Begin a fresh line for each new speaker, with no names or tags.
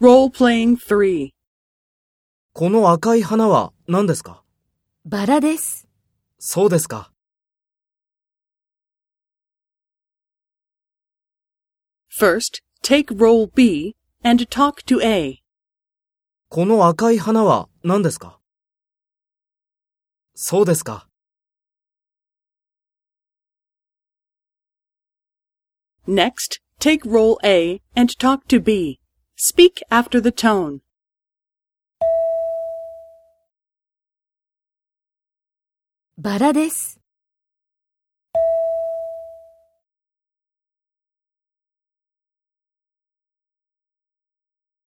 Role playing 3.
この赤い花は何ですか
バラです。
そうですか。
First, take role B and talk to A.
この赤い花は何ですかそうですか。
Next, take role A and talk to B. Speak after the tone.
バラです。